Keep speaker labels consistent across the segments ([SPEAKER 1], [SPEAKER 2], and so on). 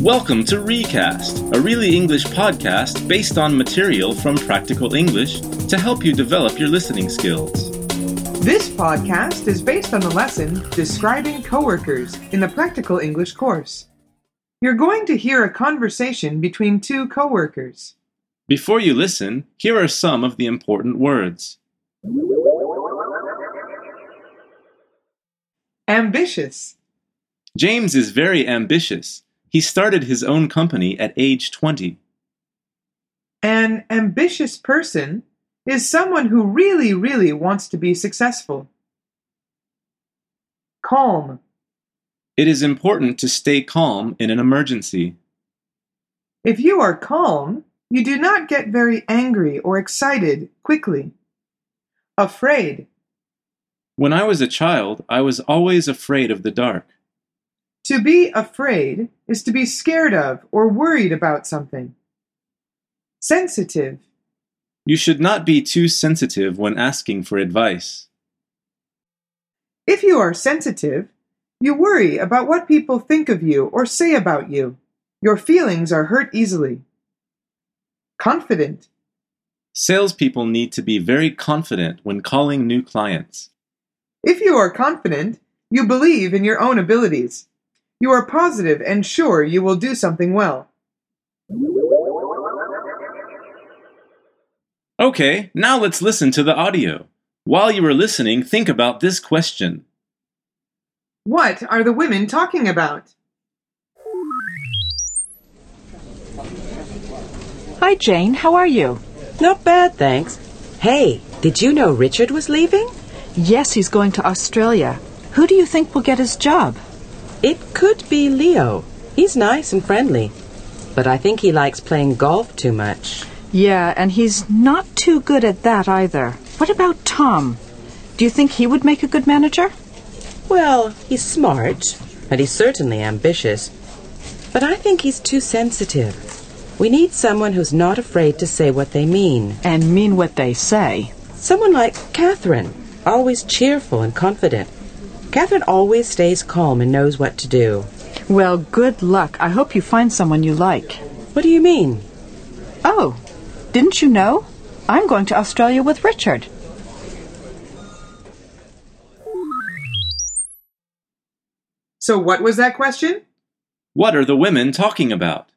[SPEAKER 1] Welcome to Recast, a really English podcast based on material from practical English to help you develop your listening skills.
[SPEAKER 2] This podcast is based on the lesson Describing Coworkers in the Practical English course. You're going to hear a conversation between two coworkers.
[SPEAKER 1] Before you listen, here are some of the important words
[SPEAKER 2] Ambitious,
[SPEAKER 1] James is very ambitious. He started his own company at age 20.
[SPEAKER 2] an ambitious person is someone who really, really wants to be successful. Calm,
[SPEAKER 1] It is important to stay calm in an emergency.
[SPEAKER 2] if you are calm, you do not get very angry or excited quickly. Afraid,
[SPEAKER 1] When I was a child, I was always afraid of the dark.
[SPEAKER 2] to be afraid is to be scared of or worried about something. Sensitive,
[SPEAKER 1] You should not be too sensitive when asking for advice.
[SPEAKER 2] If you are sensitive, you worry about what people think of you or say about you. Your feelings are hurt easily. Confident.
[SPEAKER 1] Salespeople need to be very confident when calling new clients.
[SPEAKER 2] If you are confident, you believe in your own abilities. You are positive and sure you will do something well.
[SPEAKER 1] Okay, now let's listen to the audio. While you are listening, think about this question.
[SPEAKER 2] What are the women talking about?
[SPEAKER 3] Hi, Jane. How are you?
[SPEAKER 4] Not bad, thanks. Hey, did you know Richard was leaving?
[SPEAKER 3] Yes, he's going to Australia. Who do you think will get his job?
[SPEAKER 4] It could be Leo. He's nice and friendly. But I think he likes playing golf too much.
[SPEAKER 3] Yeah, and he's not too good at that either. What about Tom? Do you think he would make a good manager?
[SPEAKER 4] Well, he's smart, and he's certainly ambitious. But I think he's too sensitive. We need someone who's not afraid to say what they mean.
[SPEAKER 3] And mean what they say.
[SPEAKER 4] Someone like Catherine, always cheerful and confident. Catherine always stays calm and knows what to do.
[SPEAKER 3] Well, good luck. I hope you find someone you like.
[SPEAKER 4] What do you mean?
[SPEAKER 3] Oh, didn't you know? I'm going to Australia with Richard.
[SPEAKER 2] So, what was that question?
[SPEAKER 1] What are the women talking about?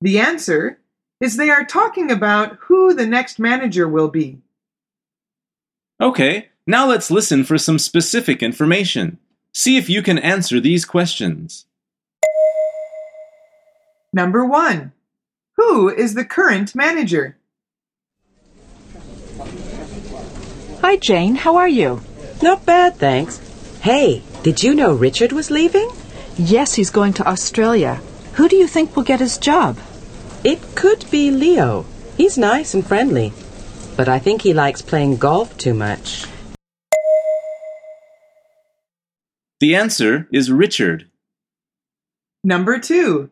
[SPEAKER 2] The answer is they are talking about who the next manager will be.
[SPEAKER 1] Okay, now let's listen for some specific information. See if you can answer these questions.
[SPEAKER 2] Number one, who is the current manager?
[SPEAKER 3] Hi, Jane. How are you?
[SPEAKER 4] Not bad, thanks. Hey, did you know Richard was leaving?
[SPEAKER 3] Yes, he's going to Australia. Who do you think will get his job?
[SPEAKER 4] It could be Leo. He's nice and friendly. But I think he likes playing golf too much.
[SPEAKER 1] The answer is Richard.
[SPEAKER 2] Number two,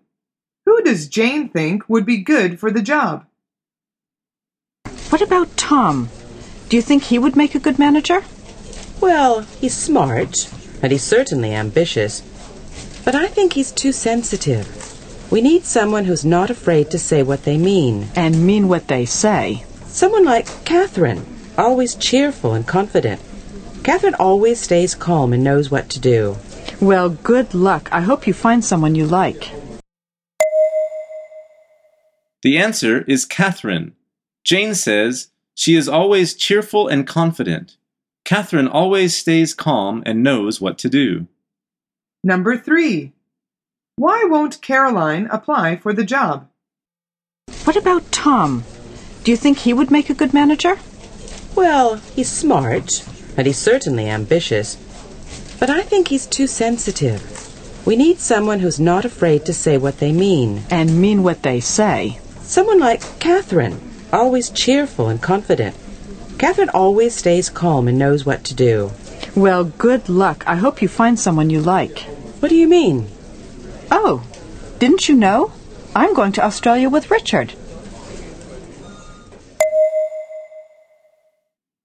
[SPEAKER 2] who does Jane think would be good for the job?
[SPEAKER 3] What about Tom? Do you think he would make a good manager?
[SPEAKER 4] Well, he's smart, and he's certainly ambitious. But I think he's too sensitive. We need someone who's not afraid to say what they mean.
[SPEAKER 3] And mean what they say.
[SPEAKER 4] Someone like Catherine, always cheerful and confident. Catherine always stays calm and knows what to do.
[SPEAKER 3] Well, good luck. I hope you find someone you like.
[SPEAKER 1] The answer is Catherine. Jane says she is always cheerful and confident. Catherine always stays calm and knows what to do.
[SPEAKER 2] Number three, why won't Caroline apply for the job?
[SPEAKER 3] What about Tom? Do you think he would make a good manager?
[SPEAKER 4] Well, he's smart, and he's certainly ambitious. But I think he's too sensitive. We need someone who's not afraid to say what they mean.
[SPEAKER 3] And mean what they say.
[SPEAKER 4] Someone like Catherine, always cheerful and confident. Catherine always stays calm and knows what to do.
[SPEAKER 3] Well, good luck. I hope you find someone you like.
[SPEAKER 4] What do you mean?
[SPEAKER 3] Oh, didn't you know? I'm going to Australia with Richard.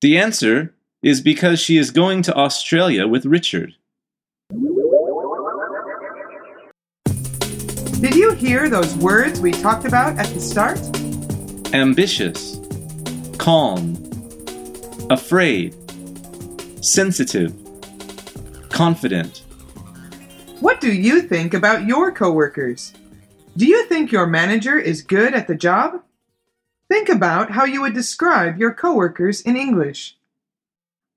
[SPEAKER 1] The answer is because she is going to Australia with Richard.
[SPEAKER 2] Did you hear those words we talked about at the start?
[SPEAKER 1] ambitious, calm, afraid, sensitive, confident.
[SPEAKER 2] What do you think about your coworkers? Do you think your manager is good at the job? Think about how you would describe your coworkers in English.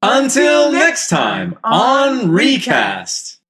[SPEAKER 1] Until next time on Recast.